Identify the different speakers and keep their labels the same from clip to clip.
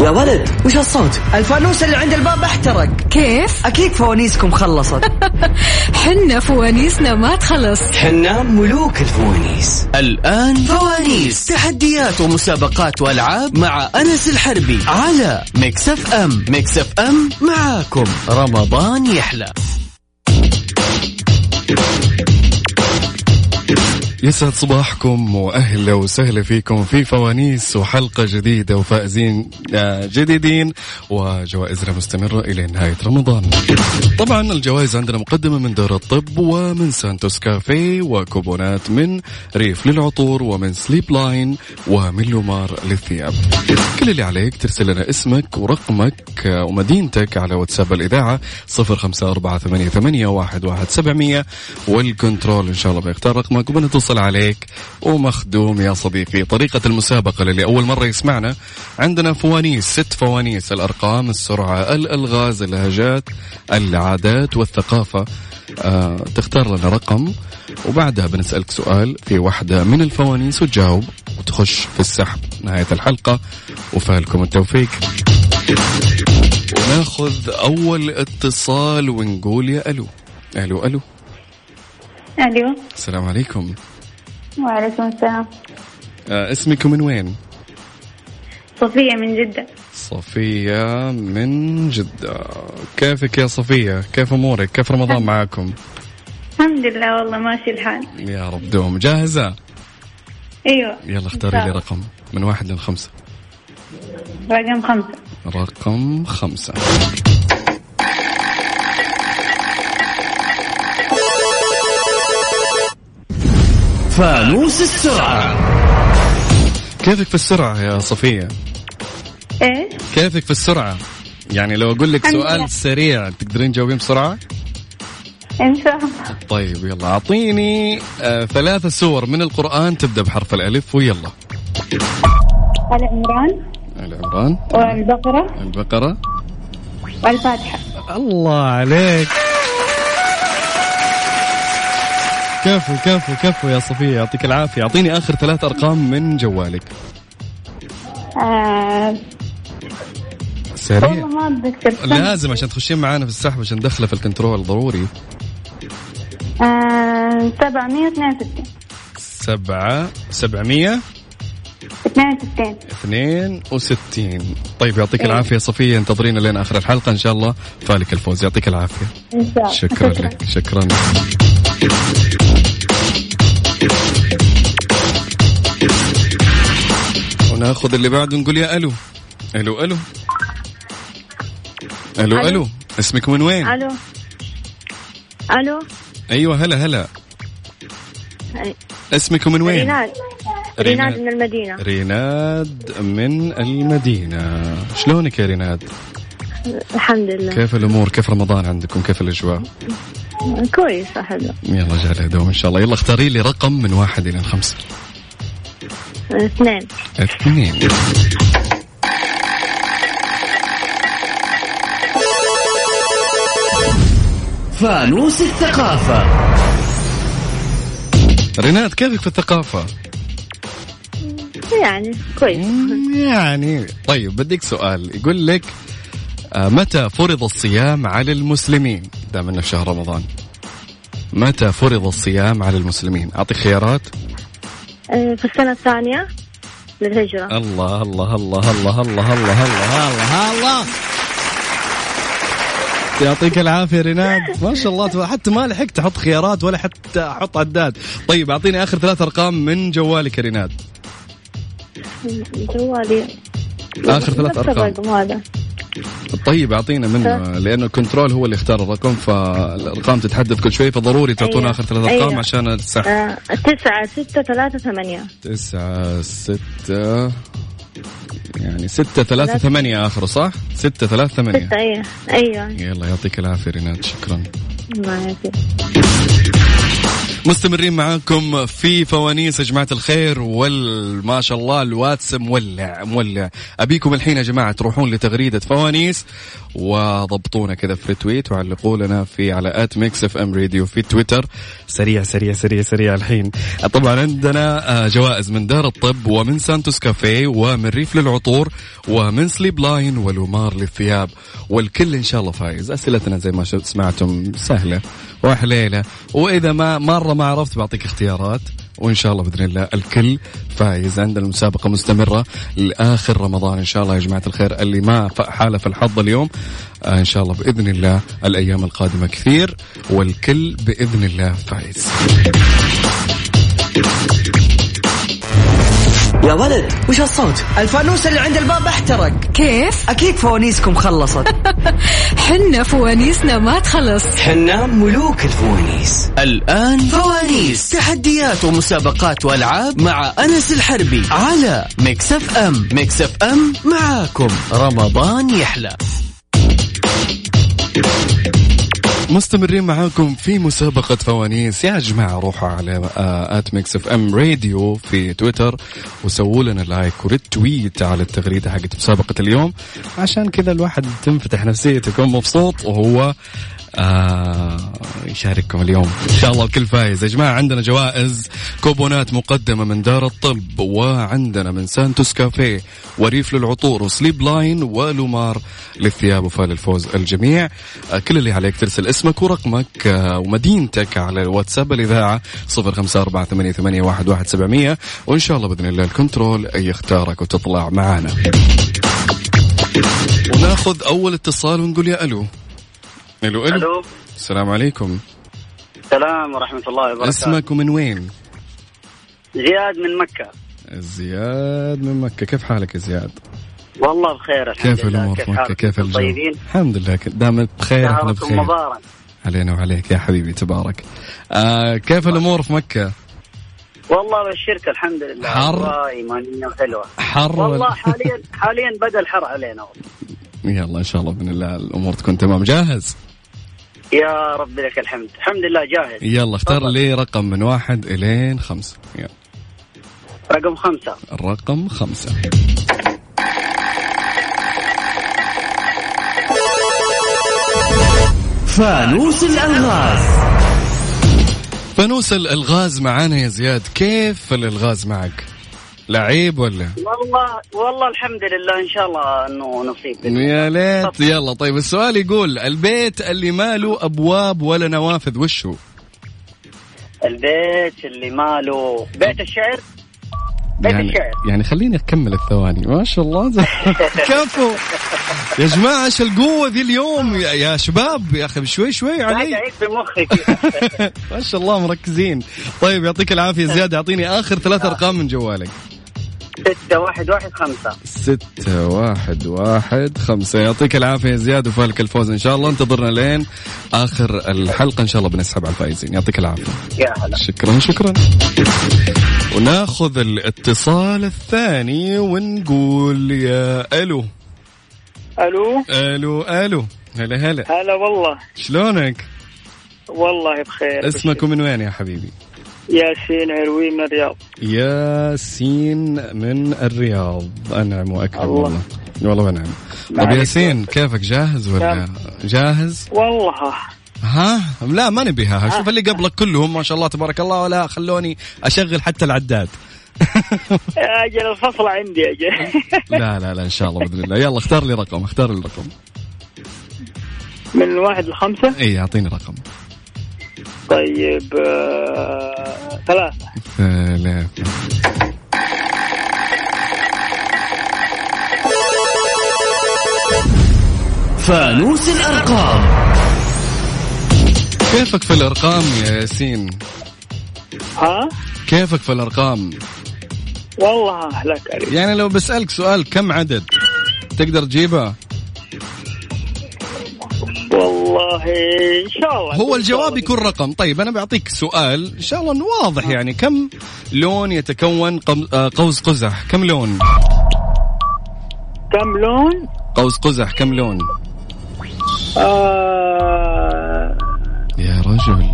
Speaker 1: يا ولد وش هالصوت؟
Speaker 2: الفانوس اللي عند الباب احترق
Speaker 3: كيف؟
Speaker 2: اكيد فوانيسكم خلصت
Speaker 3: حنا فوانيسنا ما تخلص
Speaker 1: حنا ملوك الفوانيس
Speaker 4: الآن فوانيس تحديات ومسابقات وألعاب مع أنس الحربي على مكسف أم مكسف أم معاكم رمضان يحلى
Speaker 5: يسعد صباحكم واهلا وسهلا فيكم في فوانيس وحلقه جديده وفائزين آه، جديدين وجوائزنا مستمره الى نهايه رمضان. طبعا الجوائز عندنا مقدمه من دار الطب ومن سانتوس كافيه وكوبونات من ريف للعطور ومن سليب لاين ومن لومار للثياب. كل اللي عليك ترسل لنا اسمك ورقمك آه، ومدينتك على واتساب الاذاعه 0548811700 والكنترول ان شاء الله بيختار رقمك وبنتصل عليك ومخدوم يا صديقي طريقة المسابقة للي أول مرة يسمعنا عندنا فوانيس ست فوانيس الأرقام السرعة الألغاز اللهجات العادات والثقافة آه، تختار لنا رقم وبعدها بنسألك سؤال في واحدة من الفوانيس وتجاوب وتخش في السحب نهاية الحلقة وفالكم التوفيق وناخذ أول اتصال ونقول يا ألو ألو ألو
Speaker 6: الو
Speaker 5: السلام عليكم
Speaker 6: وعليكم السلام
Speaker 5: آه، اسمك من وين؟
Speaker 6: صفية من جدة
Speaker 5: صفية من جدة كيفك يا صفية كيف أمورك كيف رمضان معاكم
Speaker 6: الحمد لله والله ماشي الحال
Speaker 5: يا رب دوم جاهزة
Speaker 6: ايوه
Speaker 5: يلا اختاري لي رقم من واحد للخمسة
Speaker 6: رقم خمسة
Speaker 5: رقم خمسة
Speaker 4: فانوس السرعة
Speaker 5: كيفك في السرعة يا صفية
Speaker 6: ايه
Speaker 5: كيفك في السرعة يعني لو أقول لك
Speaker 6: الحمد لله.
Speaker 5: سؤال سريع تقدرين تجاوبين بسرعة
Speaker 6: ان شاء الله
Speaker 5: طيب يلا أعطيني آه ثلاثة سور من القرآن تبدأ بحرف الألف ويلا
Speaker 6: آل عمران
Speaker 5: آل عمران
Speaker 6: والبقرة
Speaker 5: البقرة
Speaker 6: والفاتحة
Speaker 5: الله عليك كفو كفو كفو يا صفية يعطيك العافية أعطيني آخر ثلاث أرقام من جوالك
Speaker 6: آه والله
Speaker 5: سريع
Speaker 6: ما اتذكر
Speaker 5: لازم عشان تخشين معانا في السحب عشان ندخله في الكنترول ضروري
Speaker 6: آه 762
Speaker 5: سبعة سبعمية
Speaker 6: 62
Speaker 5: اثنين وستين طيب يعطيك العافية صفية انتظرينا لين آخر الحلقة إن شاء الله فالك الفوز يعطيك العافية
Speaker 6: ان شاء الله
Speaker 5: شكرا لك شكرا وناخذ اللي بعده نقول يا الو الو الو الو
Speaker 6: ألو.
Speaker 5: الو اسمك من وين؟
Speaker 6: الو الو
Speaker 5: ايوه هلا هلا اسمك من وين؟
Speaker 6: ريناد ريناد من المدينة
Speaker 5: ريناد من المدينة شلونك يا ريناد؟
Speaker 6: الحمد لله
Speaker 5: كيف الأمور؟ كيف رمضان عندكم؟ كيف الأجواء؟
Speaker 6: كويسة حلوة
Speaker 5: يلا جعل دوم إن شاء الله يلا اختاري لي رقم من واحد إلى خمسة
Speaker 6: اثنين
Speaker 5: اثنين
Speaker 4: فانوس الثقافة
Speaker 5: ريناد كيفك في الثقافة؟
Speaker 6: يعني كويس
Speaker 5: مم، يعني طيب بديك سؤال يقول لك آه، متى فرض الصيام على المسلمين دام انه في شهر رمضان متى فرض الصيام على المسلمين اعطيك خيارات
Speaker 6: آه، في السنة الثانية للهجرة
Speaker 5: الله الله الله الله الله الله الله الله الله يعطيك العافية ريناد ما شاء الله تبارك- حتى ما لحقت أحط خيارات ولا حتى أحط عداد طيب أعطيني آخر ثلاث أرقام من جوالك يا ريناد
Speaker 6: جوالي
Speaker 5: آه. آخر ثلاث
Speaker 6: نفس
Speaker 5: أرقام
Speaker 6: الرقم هذا
Speaker 5: طيب اعطينا منه لانه الكنترول هو اللي اختار الرقم فالارقام تتحدث كل شوي فضروري تعطونا
Speaker 6: أيوة.
Speaker 5: اخر ثلاث ارقام
Speaker 6: أيوة.
Speaker 5: عشان السحب
Speaker 6: آه، تسعة ستة ثلاثة ثمانية
Speaker 5: تسعة ستة يعني ستة ثلاثة ثمانية آخره صح؟ ستة ثلاثة ثمانية
Speaker 6: تسعة أيوة أيوة
Speaker 5: يلا يعطيك العافية ريناد شكرا
Speaker 6: ما يعرف.
Speaker 5: مستمرين معاكم في فوانيس يا جماعه الخير وال ما شاء الله الواتس مولع مولع ابيكم الحين يا جماعه تروحون لتغريده فوانيس وضبطونا كذا في تويت وعلقوا لنا في على ات ميكس اف ام راديو في تويتر سريع سريع سريع سريع الحين طبعا عندنا آه، جوائز من دار الطب ومن سانتوس كافيه ومن ريف للعطور ومن سليب لاين ولومار للثياب والكل ان شاء الله فايز اسئلتنا زي ما شف- سمعتم سهله وحليله واذا ما مره ما عرفت بعطيك اختيارات وان شاء الله باذن الله الكل فايز عندنا المسابقه مستمره لاخر رمضان ان شاء الله يا جماعه الخير اللي ما ف- حالف الحظ اليوم آه، ان شاء الله باذن الله الايام القادمه كثير والكل باذن الله فايز
Speaker 7: يا ولد وش هالصوت
Speaker 8: الفانوس اللي عند الباب احترق
Speaker 3: كيف
Speaker 8: اكيد فوانيسكم خلصت
Speaker 3: حنا فوانيسنا ما تخلص
Speaker 7: حنا ملوك الفوانيس
Speaker 2: الآن فوانيس تحديات ومسابقات وألعاب مع أنس الحربي على مكسف أم مكسف أم معاكم رمضان يحلى
Speaker 5: مستمرين معاكم في مسابقة فوانيس يا جماعة روحوا على آه، آت ميكس اف ام راديو في تويتر وسووا لنا لايك وريتويت على التغريدة حقت مسابقة اليوم عشان كذا الواحد تنفتح نفسيته يكون مبسوط وهو آه يشارككم اليوم ان شاء الله الكل فايز يا جماعه عندنا جوائز كوبونات مقدمه من دار الطب وعندنا من سانتوس كافيه وريف للعطور وسليب لاين ولومار للثياب وفال الفوز الجميع آه، كل اللي عليك ترسل اسمك ورقمك آه، ومدينتك على الواتساب الاذاعه 0548811700 وان شاء الله باذن الله الكنترول يختارك وتطلع معنا وناخذ اول اتصال ونقول يا الو الو الو
Speaker 9: الو
Speaker 5: السلام عليكم
Speaker 9: السلام ورحمه الله وبركاته
Speaker 5: اسمك ومن وين؟
Speaker 9: زياد من مكه
Speaker 5: زياد من مكة كيف حالك يا زياد؟
Speaker 9: والله بخير الحمد
Speaker 5: كيف
Speaker 9: لله.
Speaker 5: الأمور في مكة
Speaker 9: حالك؟
Speaker 5: كيف
Speaker 9: أنتم
Speaker 5: الجو؟
Speaker 9: طيبين
Speaker 5: الحمد لله ك- دامت بخير احنا
Speaker 9: شهركم
Speaker 5: بخير
Speaker 9: مبارك
Speaker 5: علينا وعليك يا حبيبي تبارك آه كيف الأمور في مكة؟
Speaker 9: والله بالشركه الحمد لله
Speaker 5: حر.
Speaker 9: والله ايمانيه وحلوه
Speaker 5: حر
Speaker 9: والله
Speaker 5: ولا-
Speaker 9: حاليا حاليا بدا الحر علينا والله.
Speaker 5: يلا إن شاء الله بإذن الله الأمور تكون تمام جاهز؟
Speaker 9: يا رب لك الحمد الحمد لله جاهز
Speaker 5: يلا اختار
Speaker 9: تفضل.
Speaker 5: لي رقم من واحد إلين خمسة يلا
Speaker 9: رقم خمسة
Speaker 5: الرقم خمسة
Speaker 2: فانوس الألغاز
Speaker 5: فانوس الألغاز معانا يا زياد كيف الألغاز معك؟ لعيب ولا؟
Speaker 9: والله والله الحمد لله ان شاء الله انه نصيب
Speaker 5: يا ليت يلا طيب السؤال يقول البيت اللي ما له ابواب ولا نوافذ وش هو؟
Speaker 9: البيت اللي ماله بيت الشعر بيت
Speaker 5: يعني
Speaker 9: الشعر
Speaker 5: يعني خليني اكمل الثواني ما شاء الله زي- كفو يا جماعه ايش القوه ذي اليوم يا, يا شباب يا اخي شوي شوي
Speaker 9: قاعد
Speaker 5: علي
Speaker 9: اعيد بمخي كذا.
Speaker 5: ما شاء الله مركزين طيب يعطيك العافيه زياد اعطيني اخر ثلاث ارقام من جوالك
Speaker 9: ستة واحد واحد خمسة
Speaker 5: ستة واحد واحد خمسة يعطيك العافية يا زياد وفالك الفوز إن شاء الله انتظرنا لين آخر الحلقة إن شاء الله بنسحب على الفائزين يعطيك العافية
Speaker 9: يا هلا
Speaker 5: شكرا شكرا وناخذ الاتصال الثاني ونقول يا الو
Speaker 9: الو
Speaker 5: الو الو هلا هلا
Speaker 9: هلا والله
Speaker 5: شلونك؟
Speaker 9: والله بخير
Speaker 5: اسمك ومن وين يا حبيبي؟
Speaker 9: ياسين عروي من الرياض
Speaker 5: ياسين من الرياض انعم واكرم والله والله ونعم طب
Speaker 9: عليك.
Speaker 5: ياسين كيفك جاهز ولا جاهز؟
Speaker 9: والله
Speaker 5: ها؟ لا ما نبيها شوف اللي قبلك كلهم ما شاء الله تبارك الله ولا خلوني اشغل حتى العداد
Speaker 9: اجل الفصل عندي اجل
Speaker 5: لا لا لا ان شاء الله باذن الله يلا اختار لي رقم اختار لي رقم
Speaker 9: من واحد لخمسة
Speaker 5: اي اعطيني رقم
Speaker 9: طيب آه، ثلاثة
Speaker 5: آه، ثلاثة
Speaker 2: فانوس الأرقام
Speaker 5: كيفك في الارقام يا ياسين؟
Speaker 9: ها
Speaker 5: كيفك في الارقام؟
Speaker 9: والله اهلك عليك
Speaker 5: يعني لو بسالك سؤال كم عدد تقدر تجيبه؟
Speaker 9: والله ان شاء الله
Speaker 5: هو الجواب يكون رقم، طيب انا بعطيك سؤال ان شاء الله انه واضح يعني كم لون يتكون قم- آه، قوس قزح؟ كم لون؟
Speaker 9: كم لون
Speaker 5: قوس قزح كم لون؟
Speaker 9: آه...
Speaker 5: يا رجل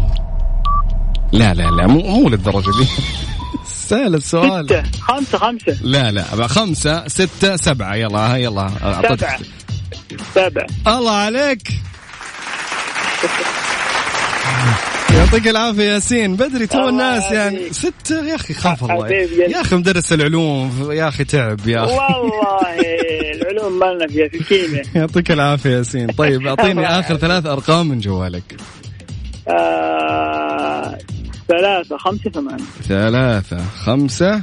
Speaker 5: لا لا لا مو مو للدرجه دي سهل السؤال
Speaker 9: ستة خمسة خمسة
Speaker 5: لا لا أبغى خمسة ستة سبعة يلا ها يلا أعطيتك-
Speaker 9: سبعة سبعة
Speaker 5: الله عليك يعطيك العافية ياسين بدري تو
Speaker 9: الله
Speaker 5: الناس يعني
Speaker 9: يعافيك.
Speaker 5: ستة يا أخي خاف الله
Speaker 9: حبيبي يا-
Speaker 5: يا أخي مدرس العلوم يا أخي تعب يا أخي
Speaker 9: والله العلوم مالنا فيها في الكيمياء
Speaker 5: يعطيك العافية ياسين طيب أعطيني آخر ثلاث أرقام من جوالك
Speaker 9: آه، ثلاثة خمسة ثمانية
Speaker 5: ثلاثة خمسة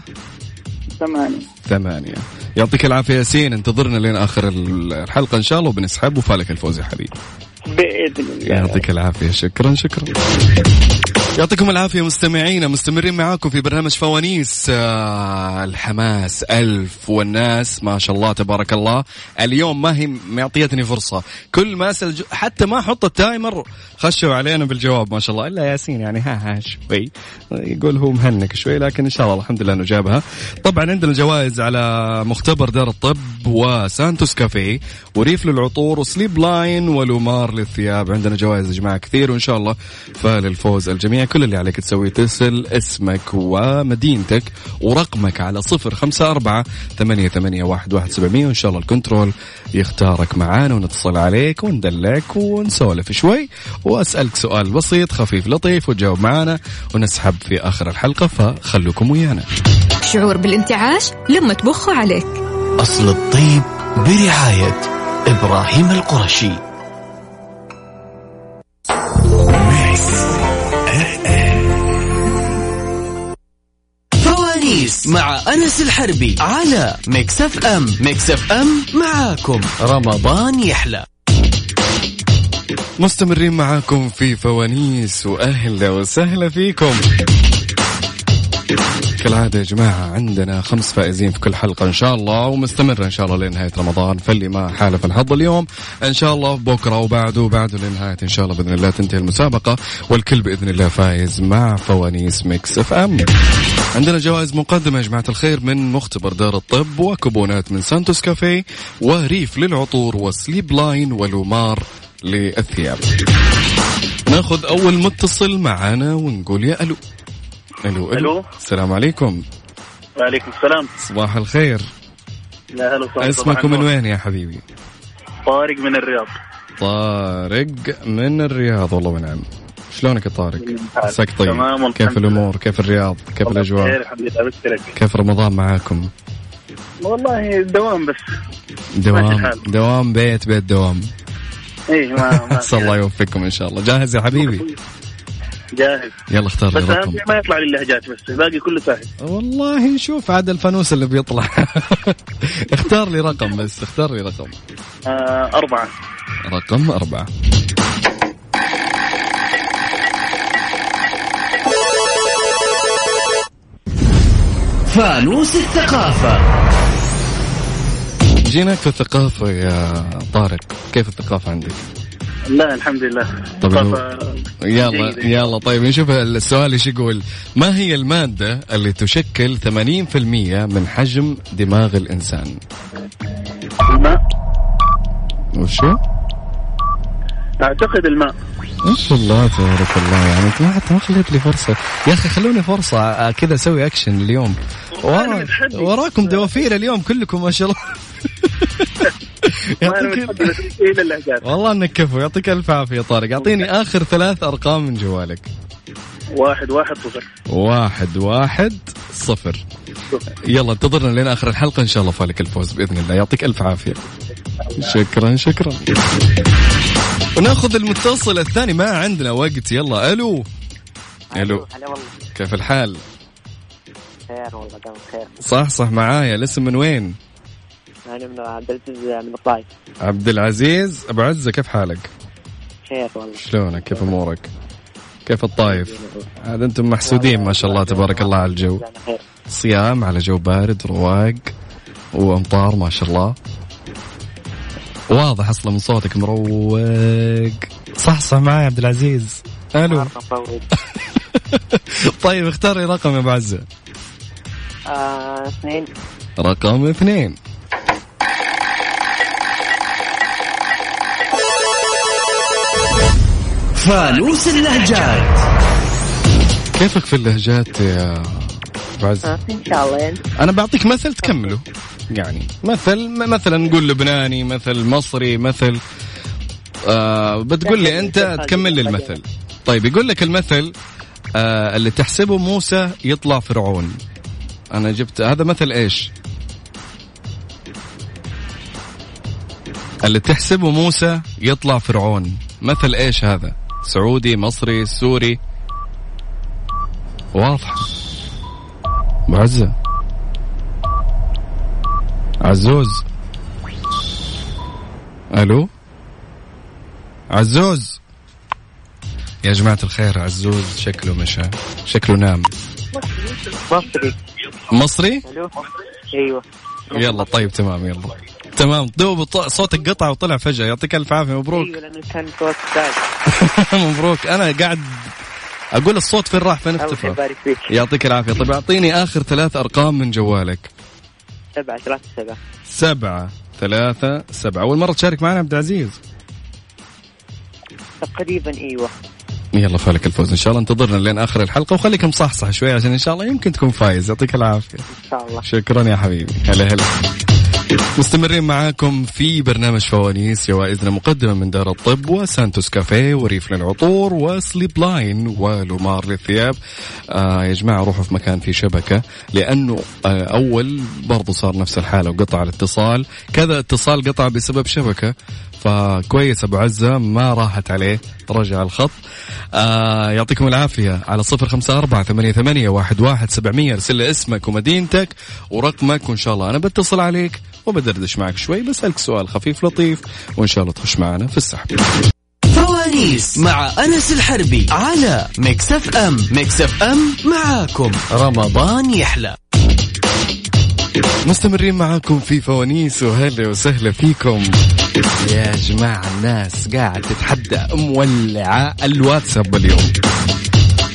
Speaker 9: ثمانية
Speaker 5: ثمانية يعطيك العافية ياسين انتظرنا لين آخر الحلقة إن شاء الله وبنسحب وفالك الفوز يا حبيبي
Speaker 9: بإذن الله
Speaker 5: يعطيك العافية شكرا شكرا يعطيكم العافية مستمعينا مستمرين معاكم في برنامج فوانيس آه الحماس ألف والناس ما شاء الله تبارك الله اليوم ما هي معطيتني فرصة كل ما أسأل جو- حتى ما أحط التايمر خشوا علينا بالجواب ما شاء الله إلا ياسين يعني ها ها شوي يقول هو مهنك شوي لكن إن شاء الله الحمد لله أنه جابها طبعا عندنا جوائز على مختبر دار الطب وسانتوس كافيه وريف للعطور وسليب لاين ولومار للثياب عندنا جوائز يا جماعه كثير وان شاء الله فللفوز الجميع كل اللي عليك تسويه ترسل اسمك ومدينتك ورقمك على 054 8811 700 وان شاء الله الكنترول يختارك معانا ونتصل عليك وندلعك ونسولف شوي واسالك سؤال بسيط خفيف لطيف وتجاوب معانا ونسحب في اخر الحلقه فخلوكم ويانا
Speaker 3: شعور بالانتعاش لما تبخوا عليك
Speaker 4: أصل الطيب برعاية إبراهيم القرشي فوانيس مع أنس الحربي على ميكس أف أم ميكس أف أم معاكم رمضان يحلى
Speaker 5: مستمرين معاكم في فوانيس واهلا وسهلا فيكم كالعادة يا جماعة عندنا خمس فائزين في كل حلقة إن شاء الله ومستمرة إن شاء الله لنهاية رمضان فاللي ما حالف الحظ اليوم إن شاء الله بكرة وبعده وبعده لنهاية إن شاء الله بإذن الله تنتهي المسابقة والكل بإذن الله فايز مع فوانيس ميكس اف ام عندنا جوائز مقدمة يا جماعة الخير من مختبر دار الطب وكوبونات من سانتوس كافيه وريف للعطور وسليب لاين ولومار للثياب ناخذ أول متصل معانا ونقول يا ألو الو الو
Speaker 9: ألو.
Speaker 5: السلام عليكم
Speaker 9: وعليكم السلام
Speaker 5: صباح الخير
Speaker 9: لا هلا وسهلا
Speaker 5: اسمكم من وين يا حبيبي
Speaker 9: طارق من الرياض
Speaker 5: طارق من الرياض والله ونعم شلونك يا طارق
Speaker 9: حالك.
Speaker 5: عساك طيب
Speaker 9: تمام، والحمد
Speaker 5: كيف الامور كيف الرياض كيف الاجواء
Speaker 9: خير حبيبي أبشرك
Speaker 5: كيف رمضان معاكم
Speaker 9: والله دوام بس ماشي
Speaker 5: دوام
Speaker 9: الحال.
Speaker 5: دوام بيت بيت دوام
Speaker 9: إيه ما ما
Speaker 5: عسى الله يوفقكم ان شاء الله جاهز يا حبيبي
Speaker 9: جاهز
Speaker 5: يلا اختار لي
Speaker 9: بس أهم
Speaker 5: رقم
Speaker 9: شيء ما يطلع لي اللهجات بس الباقي كله سهل
Speaker 5: والله نشوف عاد الفانوس اللي بيطلع اختار لي رقم بس اختار لي رقم
Speaker 9: آه أربعة
Speaker 5: رقم أربعة
Speaker 4: فانوس الثقافة
Speaker 5: جيناك في الثقافة يا طارق كيف الثقافة عندك؟
Speaker 9: لا الحمد لله
Speaker 5: طبعاً.
Speaker 9: طب- آه،
Speaker 5: يلا
Speaker 9: جيدة.
Speaker 5: يلا طيب نشوف السؤال ايش يقول ما هي المادة اللي تشكل 80% من حجم دماغ الإنسان؟
Speaker 9: الماء
Speaker 5: وشو؟
Speaker 9: أعتقد الماء
Speaker 5: ما شاء الله تبارك الله يعني أنت ما ما خليت لي فرصة يا أخي خلوني فرصة آه، كذا أسوي أكشن اليوم
Speaker 9: أنا
Speaker 5: ورا...
Speaker 9: متحدي.
Speaker 5: وراكم دوافير اليوم كلكم ما شاء الله
Speaker 9: ما أنا
Speaker 5: يعطيك-
Speaker 9: متحدث إلا اللهجات
Speaker 5: والله انك كفو يعطيك الف عافيه طارق اعطيني اخر ثلاث ارقام من جوالك
Speaker 9: واحد واحد صفر
Speaker 5: واحد واحد صفر يلا انتظرنا لين اخر الحلقه ان شاء الله فالك الفوز باذن الله يعطيك الف عافيه شكرا شكرا وناخذ المتصل الثاني ما عندنا وقت يلا الو الو
Speaker 10: هلا والله
Speaker 5: كيف الحال
Speaker 10: خير والله جو خير
Speaker 5: صح صح معايا الاسم من وين
Speaker 10: انا من عبد العزيز يعني من الطائف
Speaker 5: عبد العزيز ابو عزه كيف حالك
Speaker 10: خير والله
Speaker 5: شلونك كيف امورك كيف الطايف عاد انتم محسودين ما شاء الله تبارك الله على الجو
Speaker 10: أنا يعني خير
Speaker 5: صيام على جو بارد رواق وامطار ما شاء الله واضح اصلا من صوتك مروق صح صح معي يا عبد العزيز الو
Speaker 10: عارف مفوض.
Speaker 5: طيب اختار لي رقم يا ابو عزه
Speaker 10: آه، اثنين
Speaker 5: رقم اثنين
Speaker 4: فانوس اللهجات
Speaker 5: كيفك في اللهجات يا أبو عز؟
Speaker 10: ان شاء الله يعني
Speaker 5: انا بعطيك مثل تكمله يعني مثل م- مثلا نقول لبناني مثل مصري مثل آه بتقول لي انت تكمل لي المثل طيب يقول لك المثل آه اللي تحسبه موسى يطلع فرعون انا جبت هذا مثل ايش اللي تحسبه موسى يطلع فرعون مثل ايش هذا سعودي مصري سوري واضحه معزه عزوز الو عزوز يا جماعة الخير عزوز شكله مشى شكله نام
Speaker 10: مصري
Speaker 5: مصري
Speaker 10: الو ايوه
Speaker 5: يلا طيب تمام يلا تمام دوب ط- صوتك قطع وطلع فجأة يعطيك ألف عافية مبروك
Speaker 10: ايوه لانه كان صوت ثاني
Speaker 5: مبروك أنا قاعد أقول الصوت فين راح فين
Speaker 10: الله
Speaker 5: اختفى
Speaker 10: يبارك فيك
Speaker 5: يعطيك العافية طيب أعطيني آخر ثلاث أرقام من جوالك
Speaker 10: سبعة ثلاثة سبعة
Speaker 5: سبعة ثلاثة سبعة أول مرة تشارك معنا عبد العزيز
Speaker 10: تقريبا ايوه
Speaker 5: يلا فالك الفوز ان شاء الله انتظرنا لين اخر الحلقه وخليك مصحصح شوي عشان ان شاء الله يمكن تكون فايز يعطيك العافيه
Speaker 10: ان شاء الله
Speaker 5: شكرا يا حبيبي هلا هلا مستمرين معاكم في برنامج فوانيس جوائزنا مقدمة من دار الطب وسانتوس كافيه وريف للعطور وسليب لاين ولومار للثياب آه يا جماعة روحوا في مكان فيه شبكة لأنه آه أول برضو صار نفس الحالة وقطع الاتصال كذا اتصال قطع بسبب شبكة فكويس أبو عزة ما راحت عليه رجع الخط آه يعطيكم العافية على صفر خمسة أربعة ثمانية, ثمانية واحد, واحد سبعمية ارسل لي اسمك ومدينتك ورقمك وإن شاء الله أنا بتصل عليك وبدردش معك شوي بسألك سؤال خفيف لطيف وإن شاء الله تخش معنا في السحب
Speaker 4: فوانيس مع أنس الحربي على ميكس اف ام ميكس اف ام معاكم رمضان يحلى
Speaker 5: مستمرين معاكم في فوانيس وهلا وسهلا فيكم يا جماعة الناس قاعد تتحدى مولعة الواتساب اليوم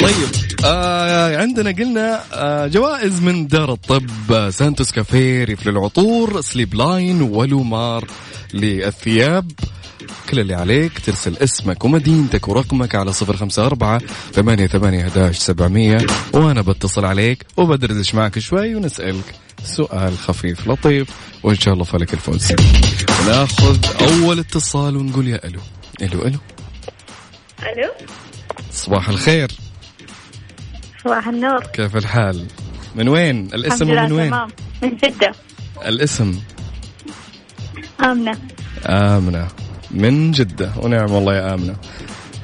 Speaker 5: طيب آه عندنا قلنا آه جوائز من دار الطب آه، سانتوس كافيه ريف للعطور سليب لاين ولومار للثياب كل اللي عليك ترسل اسمك ومدينتك ورقمك على صفر خمسة أربعة ثمانية ثمانية هداش سبعمية وأنا بتصل عليك وبدردش معك شوي ونسألك سؤال خفيف لطيف وإن شاء الله فلك الفوز ناخذ أول اتصال ونقول يا ألو ألو ألو
Speaker 6: الو
Speaker 5: صباح الخير
Speaker 6: صباح النور
Speaker 5: كيف الحال؟ من وين؟
Speaker 6: الحمد
Speaker 5: الاسم
Speaker 6: لله
Speaker 5: من وين؟
Speaker 6: تمام من جدة
Speaker 5: الاسم
Speaker 6: آمنة
Speaker 5: آمنة من جدة ونعم والله يا آمنة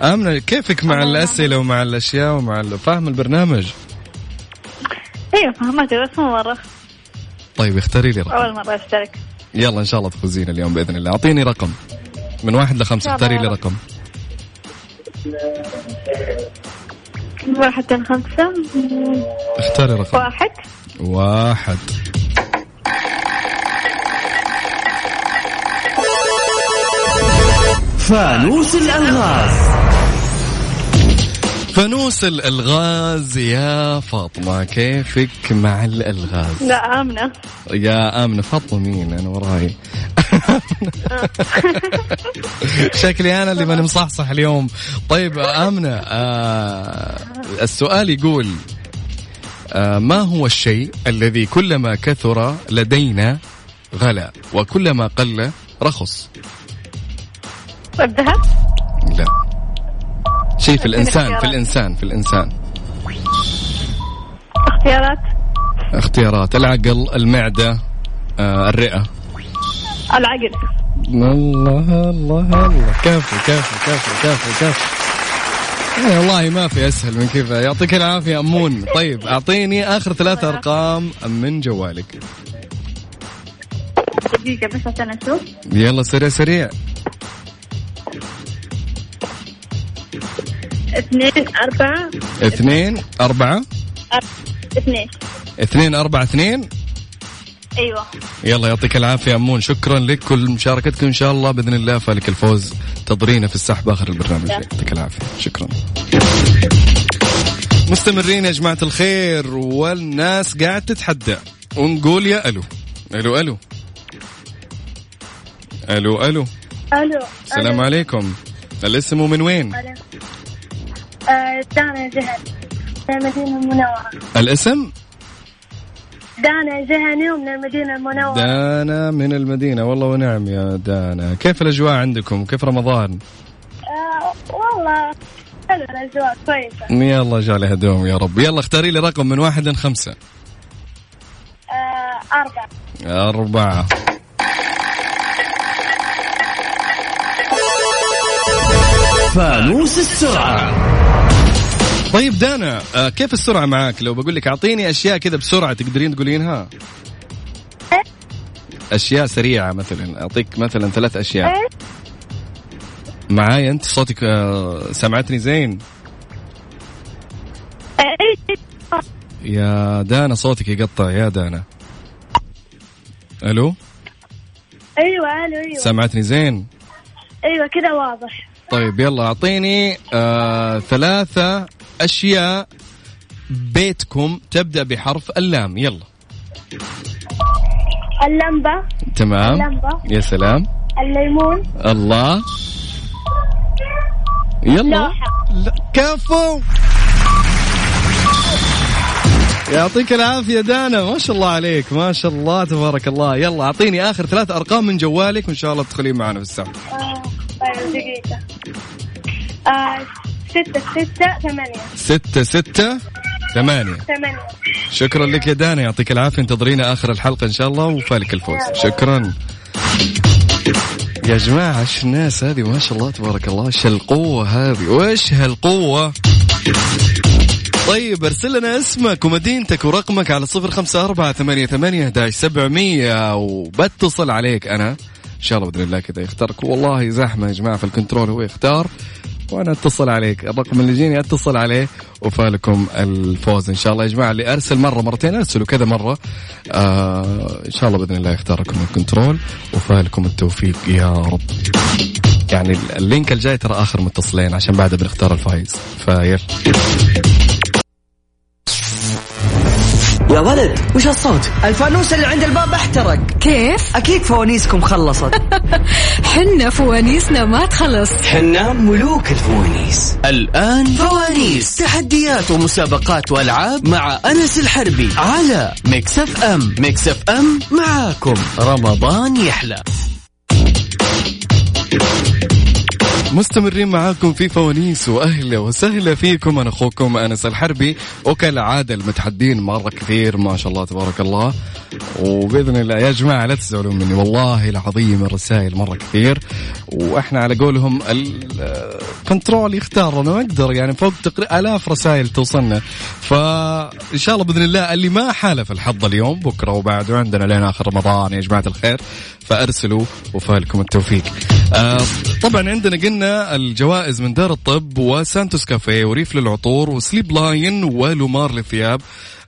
Speaker 5: آمنة كيفك مع الأسئلة ومع الأشياء ومع ال- فاهم البرنامج؟
Speaker 6: ايوه فهمتي بس مو مرة
Speaker 5: طيب اختاري لي رقم
Speaker 6: أول مرة أشترك
Speaker 5: يلا إن شاء الله تفوزين اليوم بإذن الله أعطيني رقم من واحد لخمسة
Speaker 6: يلا
Speaker 5: اختاري لي
Speaker 6: يلا.
Speaker 5: رقم
Speaker 6: مرة حتى الخمسة
Speaker 5: اختاري رقم
Speaker 6: واحد
Speaker 5: واحد
Speaker 1: فانوس الألغاز
Speaker 5: فانوس الألغاز يا فاطمة كيفك مع الألغاز؟
Speaker 6: لا آمنة
Speaker 5: يا آمنة فاطمة مين أنا وراي شكلي أنا اللي ماني مصحصح اليوم طيب آمنة آه السؤال يقول آه ما هو الشيء الذي كلما كثر لدينا غلا وكلما قل رخص
Speaker 6: الذهب
Speaker 5: لا شيء في الإنسان في الإنسان في الإنسان
Speaker 6: اختيارات
Speaker 5: اختيارات العقل المعدة آه الرئة
Speaker 6: العقل
Speaker 5: الله الله الله كفو كفو كفو كفو كفو إيه والله ما في اسهل من كذا يعطيك العافيه امون طيب اعطيني اخر ثلاث ارقام من جوالك
Speaker 6: دقيقة بس عشان أشوف
Speaker 5: يلا سريع سريع
Speaker 6: اثنين أربعة
Speaker 5: اثنين اربعه
Speaker 6: أر- اثنين
Speaker 5: اثنين اربعه اثنين
Speaker 6: أيوة
Speaker 5: يلا يعطيك العافيه امون شكرا لك كل مشاركتكم ان شاء الله باذن الله فلك الفوز تضرينا في السحب اخر البرنامج يعطيك العافيه شكرا مستمرين يا جماعه الخير والناس قاعد تتحدى ونقول يا الو الو الو الو الو
Speaker 6: ألو
Speaker 5: السلام عليكم الاسم من وين
Speaker 6: آه، دانا جهل من المدينة المنورة
Speaker 5: الاسم
Speaker 6: دانا جهني ومن المدينة المنورة
Speaker 5: دانا من المدينة والله ونعم يا دانا كيف الأجواء عندكم كيف رمضان
Speaker 6: آه والله حلو الأجواء كويسة
Speaker 5: يلا جعلها دوم يا رب يلا اختاري لي رقم من واحد لخمسة
Speaker 6: آه أربعة
Speaker 5: أربعة
Speaker 1: فانوس السرعة
Speaker 5: طيب دانا آه، كيف السرعة معاك لو بقول لك أعطيني أشياء كذا بسرعة تقدرين تقولينها أشياء سريعة مثلا أعطيك مثلا ثلاث أشياء
Speaker 6: إيه؟
Speaker 5: معايا أنت صوتك آه، سمعتني زين
Speaker 6: آه، إيه
Speaker 5: يا دانا صوتك يقطع يا دانا ألو
Speaker 6: أيوة ألو أيوة
Speaker 5: سمعتني زين
Speaker 6: أيوة كذا واضح
Speaker 5: طيب يلا اعطيني آه ثلاثة اشياء بيتكم تبدا بحرف اللام يلا
Speaker 6: اللمبة
Speaker 5: تمام
Speaker 6: اللمبة.
Speaker 5: يا سلام
Speaker 6: الليمون
Speaker 5: الله يلا
Speaker 6: لوحة.
Speaker 5: لا، كفو يعطيك العافية دانا ما شاء الله عليك ما شاء الله تبارك الله يلا اعطيني اخر ثلاث ارقام من جوالك وان شاء الله تدخلين معنا في السحب
Speaker 6: آه، طيب دقيقة آه ستة ستة ثمانية
Speaker 5: ستة ستة ثمانية
Speaker 6: ثمانية
Speaker 5: شكرا لك يا دانا يعطيك العافيه انتظرينا اخر الحلقه ان شاء الله وفالك الفوز شكرا يا جماعة ايش الناس هذه ما شاء الله تبارك الله ايش هالقوة هذه وايش هالقوة طيب ارسل لنا اسمك ومدينتك ورقمك على صفر خمسة أربعة ثمانية ثمانية سبعمية وبتصل عليك أنا إن شاء الله بإذن الله كذا يختارك والله زحمة يا جماعة في الكنترول هو يختار وأنا أتصل عليك الرقم اللي يجيني أتصل عليه وفالكم الفوز إن شاء الله يا جماعة اللي أرسل مرة مرتين أرسلوا كذا مرة آه إن شاء الله بإذن الله يختاركم الكنترول وفالكم التوفيق يا رب يعني اللينك الجاي ترى آخر متصلين عشان بعده بنختار الفايز فيلا
Speaker 2: يا ولد وش الصوت؟ الفانوس اللي عند الباب احترق
Speaker 3: كيف؟
Speaker 2: اكيد فوانيسكم خلصت
Speaker 3: حنا فوانيسنا ما تخلص
Speaker 1: حنا ملوك الفوانيس
Speaker 4: الآن فوانيس تحديات ومسابقات وألعاب مع أنس الحربي على ميكس اف ام ميكس اف ام معاكم رمضان يحلى
Speaker 5: مستمرين معاكم في فوانيس واهلا وسهلا فيكم انا اخوكم انس الحربي وكالعاده المتحدين مره كثير ما شاء الله تبارك الله وباذن الله يا جماعه لا تزعلون مني والله العظيم الرسائل مره كثير واحنا على قولهم الكنترول يختار انا ما اقدر يعني فوق تقريبا الاف رسائل توصلنا فان شاء الله باذن الله اللي ما حالف الحظ اليوم بكره وبعده عندنا لين اخر رمضان يا جماعه الخير فارسلوا وفالكم التوفيق. آه طبعا عندنا قلنا الجوائز من دار الطب وسانتوس كافيه وريف للعطور وسليب لاين ولومار للثياب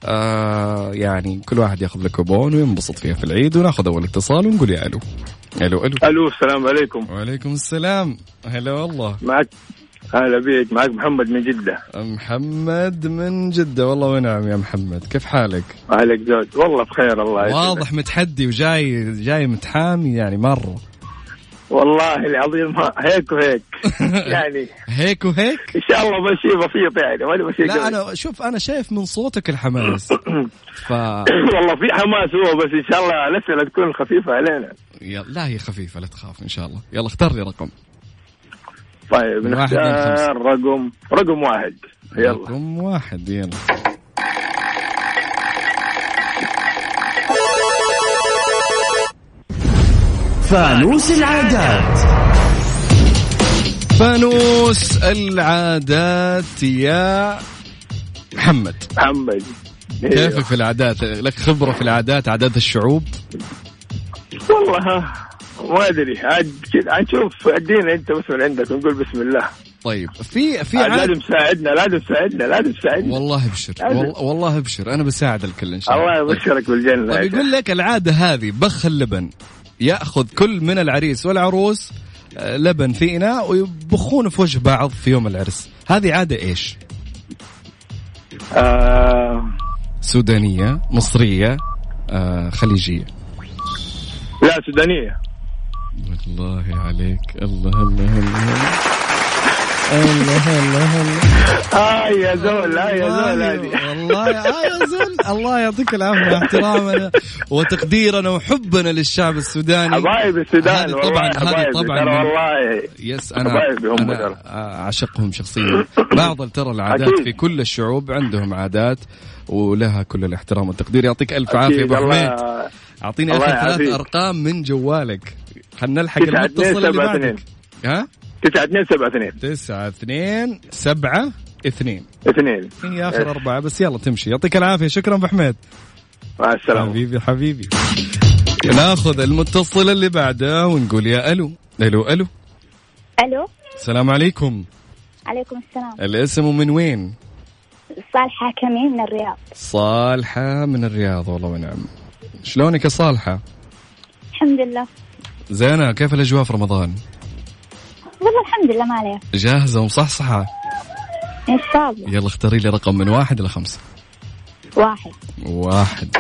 Speaker 5: آه يعني كل واحد ياخذ له كوبون وينبسط فيها في العيد وناخذ اول اتصال ونقول يا الو. الو الو
Speaker 9: الو السلام عليكم
Speaker 5: وعليكم السلام هلا والله
Speaker 9: معك هلا بيك معك محمد من جدة
Speaker 5: محمد من جدة والله ونعم يا محمد كيف حالك؟
Speaker 9: وعليك زود والله بخير الله يسلمك.
Speaker 5: واضح متحدي وجاي جاي متحامي يعني مرة
Speaker 9: والله العظيم ها- هيك وهيك يعني
Speaker 5: هيك وهيك
Speaker 9: ان شاء الله مشي بسيط يعني ما مشي
Speaker 5: لا أنا شوف أنا شايف من صوتك الحماس ف
Speaker 9: والله في حماس هو بس ان شاء الله الاسئله تكون خفيفه علينا
Speaker 5: يلا- لا هي خفيفة لا تخاف إن شاء الله يلا اختار لي رقم
Speaker 9: طيب
Speaker 5: واحد من خمسة.
Speaker 9: نختار رقم رقم واحد يلا
Speaker 5: رقم واحد يلا
Speaker 1: فانوس العادات
Speaker 5: فانوس العادات يا محمد
Speaker 9: محمد إيه.
Speaker 5: كيفك في العادات لك خبرة في العادات عادات الشعوب
Speaker 9: والله ها، ما ادري عاد كذا عاد شوف ادينا انت بس من عندك ونقول بسم الله
Speaker 5: طيب في في
Speaker 9: عاد
Speaker 5: عادة
Speaker 9: لازم تساعدنا لازم تساعدنا لازم تساعدنا
Speaker 5: والله ابشر
Speaker 9: أبد.
Speaker 5: والله, والله ابشر انا بساعد الكل ان شاء الله
Speaker 9: الله يبشرك بالجنه
Speaker 5: طيب يقول لك العاده هذه بخ اللبن ياخذ كل من العريس والعروس آه، لبن في اناء ويبخونه في وجه بعض في يوم العرس هذه عاده ايش
Speaker 9: آه
Speaker 5: سودانيه مصريه آه خليجيه
Speaker 9: لا سودانيه
Speaker 5: الله عليك الله الله الله هلا هلا هلا
Speaker 9: آه يا زول آه يا زول هذه
Speaker 5: والله آه يا زول الله يعطيك العافيه احترامنا وتقديرنا وحبنا للشعب السوداني
Speaker 9: حبايب السودان
Speaker 5: يعني هذه طبعا
Speaker 9: والله
Speaker 5: هذه
Speaker 9: حبايبي،
Speaker 5: طبعا
Speaker 9: ترى
Speaker 5: من-
Speaker 9: والله
Speaker 5: يس انا
Speaker 9: حبايبي هم
Speaker 5: انا
Speaker 9: ترى.
Speaker 5: اعشقهم شخصيا آه، بعض ترى العادات
Speaker 9: أكيد.
Speaker 5: في كل الشعوب عندهم عادات ولها كل الاحترام والتقدير يعطيك الف عافيه
Speaker 9: أكيد،
Speaker 5: ابو حميد
Speaker 9: الله-
Speaker 5: اعطيني
Speaker 9: الله
Speaker 5: اخر ثلاث
Speaker 9: يعافيك.
Speaker 5: ارقام من جوالك خلنا نلحق
Speaker 9: تسعة اثنين
Speaker 5: المتصل اللي
Speaker 9: سبعة اثنين
Speaker 5: بعدك ها
Speaker 9: 9 2 7 2
Speaker 5: تسعة اثنين سبعة اثنين
Speaker 9: 2
Speaker 5: هي
Speaker 9: إيه.
Speaker 5: اخر اربعة بس يلا تمشي يعطيك العافية شكرا ابو حميد
Speaker 9: مع السلامة
Speaker 5: حبيبي حبيبي ناخذ المتصل اللي بعده ونقول يا الو الو الو
Speaker 6: الو
Speaker 5: السلام عليكم
Speaker 6: عليكم السلام
Speaker 5: الاسم من وين؟
Speaker 6: صالحة كمي من الرياض
Speaker 5: صالحة من الرياض والله ونعم شلونك يا صالحة؟
Speaker 6: الحمد لله
Speaker 5: زينة كيف الأجواء في رمضان؟
Speaker 6: والله الحمد لله ما عليه
Speaker 5: جاهزة ومصحصحة؟
Speaker 6: ان شاء الله
Speaker 5: يلا اختاري لي رقم من واحد إلى خمسة
Speaker 6: واحد
Speaker 5: واحد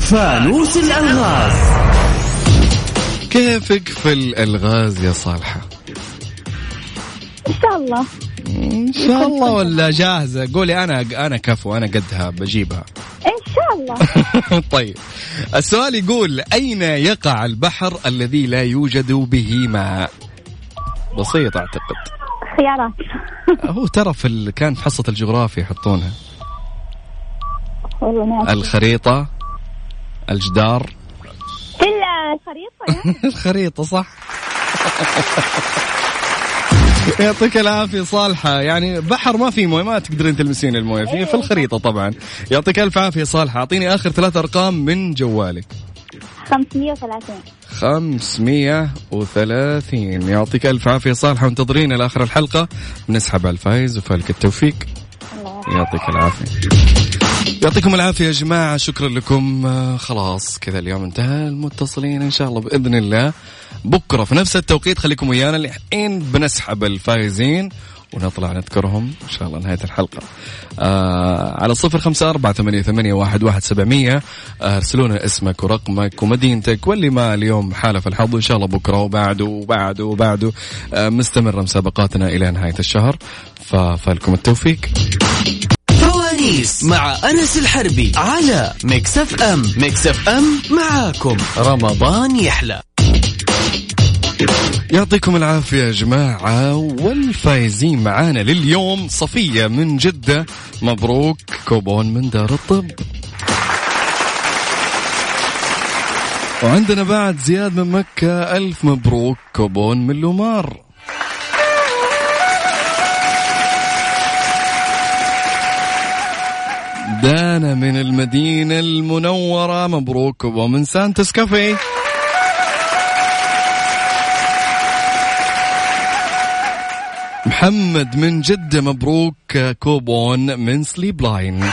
Speaker 1: فانوس الالغاز
Speaker 5: كيفك في الألغاز يا صالحة؟
Speaker 6: ان شاء الله
Speaker 5: إن شاء الله ولا جاهزة قولي أنا أنا كفو أنا قدها بجيبها
Speaker 6: ان شاء الله
Speaker 5: طيب السؤال يقول أين يقع البحر الذي لا يوجد به ماء؟ بسيط أعتقد
Speaker 6: خيارات
Speaker 5: هو ترى في ال... كان في حصة الجغرافيا يحطونها
Speaker 6: والله نعم. ناس
Speaker 5: الخريطة الجدار
Speaker 6: في الخريطة يا.
Speaker 5: الخريطة صح يعطيك العافية صالحة يعني بحر ما في موية ما تقدرين تلمسين الموية في في الخريطة طبعا يعطيك ألف عافية صالحة أعطيني آخر ثلاث أرقام من جوالك
Speaker 6: 530
Speaker 5: 530 يعطيك ألف عافية صالحة وانتظرينا لآخر الحلقة بنسحب على الفايز وفالك التوفيق يعطيك العافية يعطيكم العافية يا جماعة شكرا لكم آه، خلاص كذا اليوم انتهى المتصلين إن شاء الله بإذن الله بكرة في نفس التوقيت خليكم ويانا الحين بنسحب الفائزين ونطلع نذكرهم إن شاء الله نهاية الحلقة آه على صفر خمسة أربعة ثمانية, ثمانية واحد, واحد سبعمية آه، ارسلونا اسمك ورقمك ومدينتك واللي ما اليوم حالف الحظ إن شاء الله بكرة وبعده وبعده وبعده آه مستمرة مسابقاتنا إلى نهاية الشهر ففالكم التوفيق
Speaker 4: فوانيس مع أنس الحربي على ميكس اف ام ميكس اف ام معاكم رمضان يحلى
Speaker 5: يعطيكم العافية يا جماعة والفايزين معانا لليوم صفية من جدة مبروك كوبون من دار الطب وعندنا بعد زياد من مكة ألف مبروك كوبون من لومار دانا من المدينة المنورة مبروك كوبون من سانتس كافيه محمد من جدة مبروك آه، كوبون من سليب لاين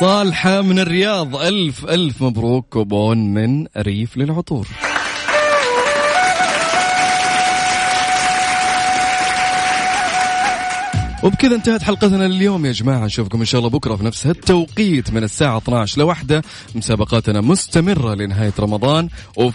Speaker 5: صالحة من الرياض ألف ألف مبروك كوبون من ريف للعطور وبكذا انتهت حلقتنا لليوم يا جماعة نشوفكم إن شاء الله بكرة في نفس هالتوقيت من الساعة 12 لوحدة مسابقاتنا مستمرة لنهاية رمضان وف...